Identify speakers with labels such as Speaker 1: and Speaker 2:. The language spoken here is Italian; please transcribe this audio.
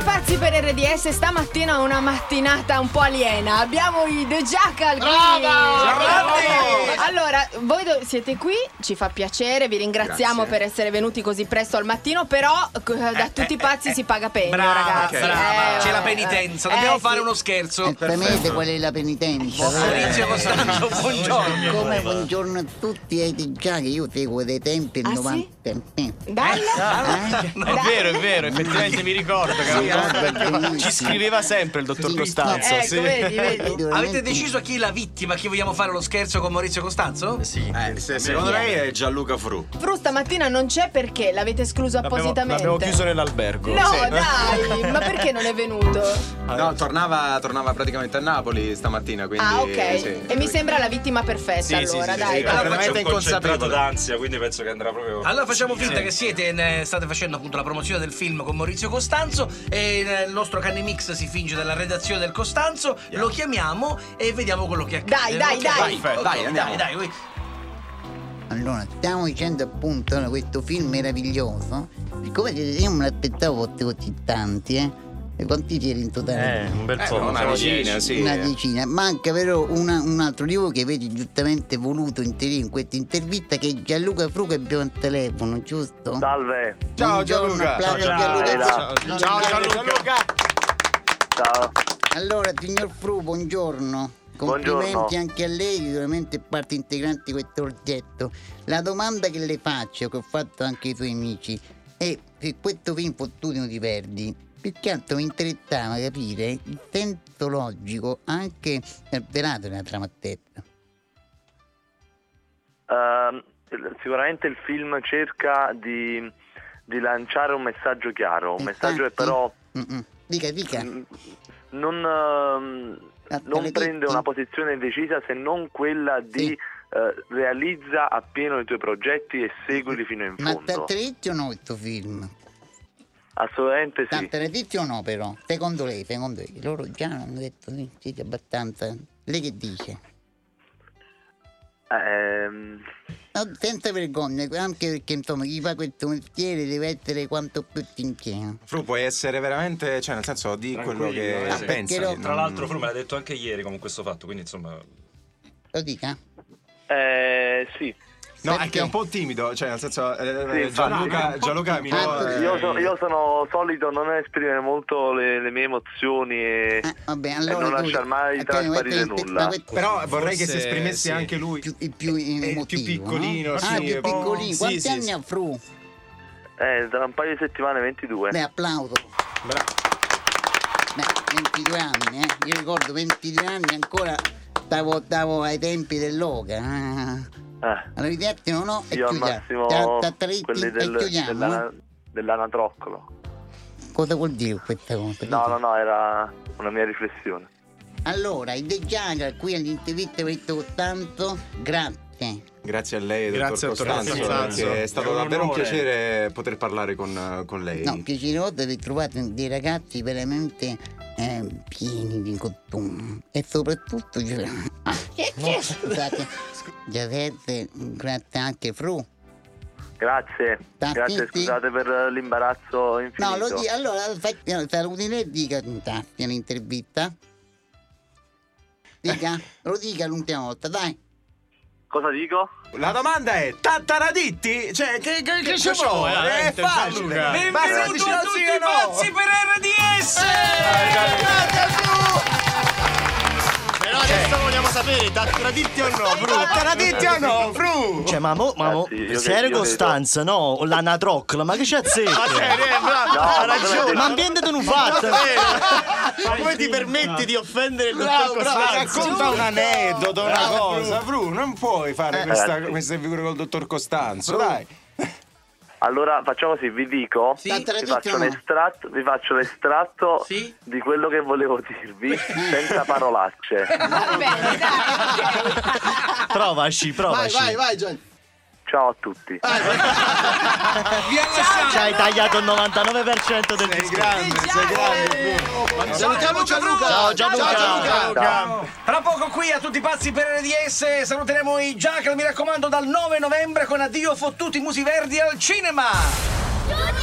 Speaker 1: Spazi per RDS stamattina è una mattinata un po' aliena. Abbiamo i The Jackal qui.
Speaker 2: Brava!
Speaker 1: Allora, voi do- siete qui, ci fa piacere, vi ringraziamo
Speaker 3: Grazie.
Speaker 1: per essere venuti così presto al mattino, però eh, da
Speaker 2: eh,
Speaker 1: tutti
Speaker 2: eh,
Speaker 1: i pazzi
Speaker 2: eh.
Speaker 1: si paga pegno,
Speaker 2: Brava,
Speaker 1: ragazzi.
Speaker 2: brava.
Speaker 1: Eh,
Speaker 2: C'è la
Speaker 1: vabbè,
Speaker 2: penitenza.
Speaker 1: eh.
Speaker 2: Dobbiamo
Speaker 1: Eh,
Speaker 2: fare
Speaker 1: sì.
Speaker 2: uno scherzo.
Speaker 4: Esattamente qual è la penitenza.
Speaker 2: Maurizio Costanzo, buongiorno.
Speaker 4: Come buongiorno a tutti, è già che io seguo dei tempi
Speaker 1: Ah, sì? Ah,
Speaker 4: 90. Eh,
Speaker 1: Dalla?
Speaker 4: eh?
Speaker 5: È vero, è vero, effettivamente mi ricordo che era un
Speaker 4: Ricordo
Speaker 5: po'
Speaker 4: benissimo.
Speaker 5: Ci scriveva sempre il dottor
Speaker 4: Sì,
Speaker 5: Costanzo.
Speaker 1: Ecco,
Speaker 5: sì.
Speaker 1: vedi,
Speaker 4: eh,
Speaker 1: vedi.
Speaker 2: Avete deciso chi è la vittima? Chi vogliamo fare lo scherzo con Maurizio Costanzo?
Speaker 5: Sì.
Speaker 3: Eh, se- secondo lei è Gianluca Fru.
Speaker 1: Fru stamattina non c'è perché l'avete escluso
Speaker 5: L'abbiamo,
Speaker 1: appositamente.
Speaker 5: l'abbiamo chiuso nell'albergo.
Speaker 1: No,
Speaker 5: Sì.
Speaker 1: dai, ma perché non è venuto?
Speaker 3: No, tornava, tornava praticamente a Napoli stamattina, quindi...
Speaker 1: Ah, ok.
Speaker 3: sì.
Speaker 1: e mi sembra la vittima perfetta,
Speaker 5: Sì, sì,
Speaker 1: allora,
Speaker 5: sì,
Speaker 1: dai. dai.
Speaker 5: sì,
Speaker 3: allora
Speaker 5: completamente
Speaker 3: faccio un concentrato
Speaker 6: concentrato
Speaker 3: da-
Speaker 6: d'ansia, quindi penso che andrà proprio.
Speaker 2: Allora facciamo finta che siete in, eh, state facendo appunto la promozione del film con Maurizio Costanzo e eh, il nostro cane mix si finge della redazione del Costanzo, lo chiamiamo e vediamo quello che accade.
Speaker 1: Dai, dai,
Speaker 2: Ok,
Speaker 1: dai.
Speaker 3: Perfetto,
Speaker 2: ok,
Speaker 3: dai, andiamo.
Speaker 2: dai, dai.
Speaker 4: Allora, stiamo dicendo appunto allora, questo film meraviglioso. Siccome io me l'aspettavo fosse così tanti, eh? E quanti c'eri in totale?
Speaker 5: Eh, un bel
Speaker 3: Eh,
Speaker 5: po'.
Speaker 3: una
Speaker 5: siamo
Speaker 3: vicina,
Speaker 5: dieci.
Speaker 3: sì.
Speaker 4: Una decina. Manca però una- un altro libro che avete giustamente voluto inserire in questa intervista che è Gianluca Fruca e abbiamo al telefono, giusto?
Speaker 7: Salve,
Speaker 4: Ciao Gianluca. Gianluca.
Speaker 7: Ciao,
Speaker 5: Ciao Gianluca.
Speaker 7: ciao.
Speaker 4: Allora, signor Fru, buongiorno. Complimenti
Speaker 7: Buongiorno.
Speaker 4: anche a lei, sicuramente parte integrante di questo progetto. La domanda che le faccio, che ho fatto anche ai suoi amici, è se questo film Fortunio ti perdi, più che altro mi interessava capire il senso logico anche del velato nella tramattetta.
Speaker 7: Ehm, sicuramente il film cerca di, di lanciare un messaggio chiaro, un messaggio che
Speaker 4: Infatti- Eh.
Speaker 7: però
Speaker 4: Mm-mm. Dica, dica.
Speaker 7: mh, non, ehm,
Speaker 4: Eh,
Speaker 7: non
Speaker 4: Attualmente-
Speaker 7: prende una posizione decisa se non quella di
Speaker 4: Sì.
Speaker 7: eh, realizza appieno i tuoi progetti e seguili fino in
Speaker 4: Ma
Speaker 7: fondo.
Speaker 4: t'attrezzi o no questo film?
Speaker 7: Assolutamente sì.
Speaker 4: T'attrezzi o no però? Secondo lei, secondo lei? Loro già hanno detto sì, siete abbastanza... Lei che dice?
Speaker 7: Ehm,
Speaker 4: No, senza vergogna, anche perché insomma chi fa questo mestiere deve essere quanto più tinchino.
Speaker 3: Fru puoi essere veramente, cioè nel senso di
Speaker 6: Tranquillo,
Speaker 3: quello che
Speaker 6: eh.
Speaker 3: ah,
Speaker 6: Sì.
Speaker 3: pensi.
Speaker 4: Perché no,
Speaker 6: Tra
Speaker 3: non-
Speaker 6: l'altro, Fru me l'ha detto anche ieri con questo fatto, quindi insomma.
Speaker 4: Lo dica?
Speaker 7: eh, sì.
Speaker 3: No,
Speaker 4: Perché?
Speaker 3: è che è un po' timido, cioè nel senso eh,
Speaker 7: Sì, infatti.
Speaker 3: Gianluca, Gianluca mi
Speaker 4: Ah,
Speaker 3: eh,
Speaker 7: Io, so- io sono solito non esprimere molto le, le mie emozioni e,
Speaker 4: Ah, vabbè,
Speaker 7: e
Speaker 4: allora
Speaker 7: Eh, non
Speaker 4: tu-
Speaker 7: lasciar mai
Speaker 4: ok,
Speaker 7: trasparire
Speaker 4: ma questo-
Speaker 7: nulla.
Speaker 4: ma questo-
Speaker 3: Però vorrei che si
Speaker 5: Forse-
Speaker 3: esprimesse
Speaker 5: sì.
Speaker 3: anche lui.
Speaker 4: più- il più
Speaker 3: è il
Speaker 4: emotivo,
Speaker 3: più piccolino,
Speaker 4: no?
Speaker 3: sì,
Speaker 4: ah, il
Speaker 3: è
Speaker 4: più
Speaker 3: po-
Speaker 4: piccolino.
Speaker 5: sì,
Speaker 4: Quanti
Speaker 5: sì,
Speaker 4: anni
Speaker 5: sì.
Speaker 4: ha Fru?
Speaker 7: Eh, tra un paio di settimane 22.
Speaker 4: Beh, applauso.
Speaker 3: Bra-
Speaker 4: Beh, 22 anni, eh. Io ricordo 22 anni ancora stavo, stavo ai tempi dell'Oca. Ah.
Speaker 7: Eh,
Speaker 4: Allora, ideati non ho e
Speaker 7: io al
Speaker 4: chiudiamo.
Speaker 7: massimo
Speaker 4: Tra- tra- tra-
Speaker 7: quelli
Speaker 4: e
Speaker 7: del,
Speaker 4: chiudiamo,
Speaker 7: della-
Speaker 4: eh?
Speaker 7: dell'anatroccolo.
Speaker 4: Cosa vuol dire questa cosa?
Speaker 7: No, no, no, era una mia riflessione.
Speaker 4: Allora, il De Jager qui all'intervista per tutto tanto, grazie.
Speaker 3: Grazie a lei,
Speaker 5: Grazie,
Speaker 3: dottor
Speaker 5: dottor
Speaker 3: Costanzo,
Speaker 5: Costanzo.
Speaker 3: perché è
Speaker 5: È
Speaker 3: stato
Speaker 5: un
Speaker 3: davvero un
Speaker 5: onore.
Speaker 3: piacere poter parlare con, con lei.
Speaker 4: No, piaceroso aver trovato dei ragazzi veramente eh, pieni di costume e soprattutto Ah, scusate, Giuseppe, grazie anche Fru.
Speaker 7: Grazie,
Speaker 4: Da
Speaker 7: grazie,
Speaker 4: tutti?
Speaker 7: scusate per l'imbarazzo
Speaker 4: No,
Speaker 7: infinito.
Speaker 4: lo dico, allora fai- no, saluti lei e dica grazie all'intervista. Dica, lo dica l'ultima volta, dai.
Speaker 7: Cosa dico?
Speaker 3: La domanda è: Tattaraditti? Cioè, che, che, che ci
Speaker 5: ci
Speaker 3: vuole?
Speaker 5: vuole,
Speaker 3: È
Speaker 5: veramente,
Speaker 3: facile.
Speaker 5: Gianluca?
Speaker 3: Basta
Speaker 2: Eh,
Speaker 3: Eh,
Speaker 2: Benvenuti
Speaker 3: dici
Speaker 2: a
Speaker 3: no,
Speaker 2: tutti
Speaker 3: sì
Speaker 2: i
Speaker 3: o
Speaker 2: pazzi
Speaker 3: no.
Speaker 2: per RDS!
Speaker 5: Però adesso vogliamo sapere, traditti o no,
Speaker 2: ah,
Speaker 5: Bru?
Speaker 3: Tattaraditti o ah, no, Fru?
Speaker 8: Cioè, ma mo, ma mo
Speaker 7: Ragazzi, io che-
Speaker 8: serio
Speaker 7: io che-
Speaker 8: Costanza, no? L'anatrocla, ma che c'è
Speaker 5: Ma
Speaker 8: zecca?
Speaker 5: serio, eh,
Speaker 4: Ah,
Speaker 5: bravo,
Speaker 7: No,
Speaker 5: ha
Speaker 7: ma
Speaker 5: ragione.
Speaker 8: Ma ambiente non fatto!
Speaker 5: Ma come ti permetti di offendere il dottor Costanzo?
Speaker 3: Racconta un aneddoto, una cosa, Fru. Non puoi
Speaker 2: Eh.
Speaker 3: fare questa,
Speaker 7: Ragazzi.
Speaker 3: queste figure col dottor Costanzo, dai.
Speaker 7: Allora facciamo così, vi dico,
Speaker 2: Sì.
Speaker 7: vi, faccio
Speaker 4: Tradizione.
Speaker 7: l'estratto, vi faccio l'estratto
Speaker 2: Sì.
Speaker 7: di quello che volevo dirvi senza parolacce.
Speaker 1: Va bene, dai, ok.
Speaker 8: Provaci, provaci.
Speaker 7: Ciao a tutti.
Speaker 3: Eh,
Speaker 2: Vi
Speaker 8: Ci
Speaker 2: lasciamo!
Speaker 8: hai tagliato il 99% del discorso.
Speaker 1: sei grande,
Speaker 2: Gianluca Bruca!
Speaker 8: Ciao, Gianluca.
Speaker 7: Ciao.
Speaker 2: Tra poco qui a tutti i pazzi per RDS saluteremo i Jackal, mi raccomando, dal 9 novembre con Addio Fottuti Musi Verdi al cinema!
Speaker 9: Tutti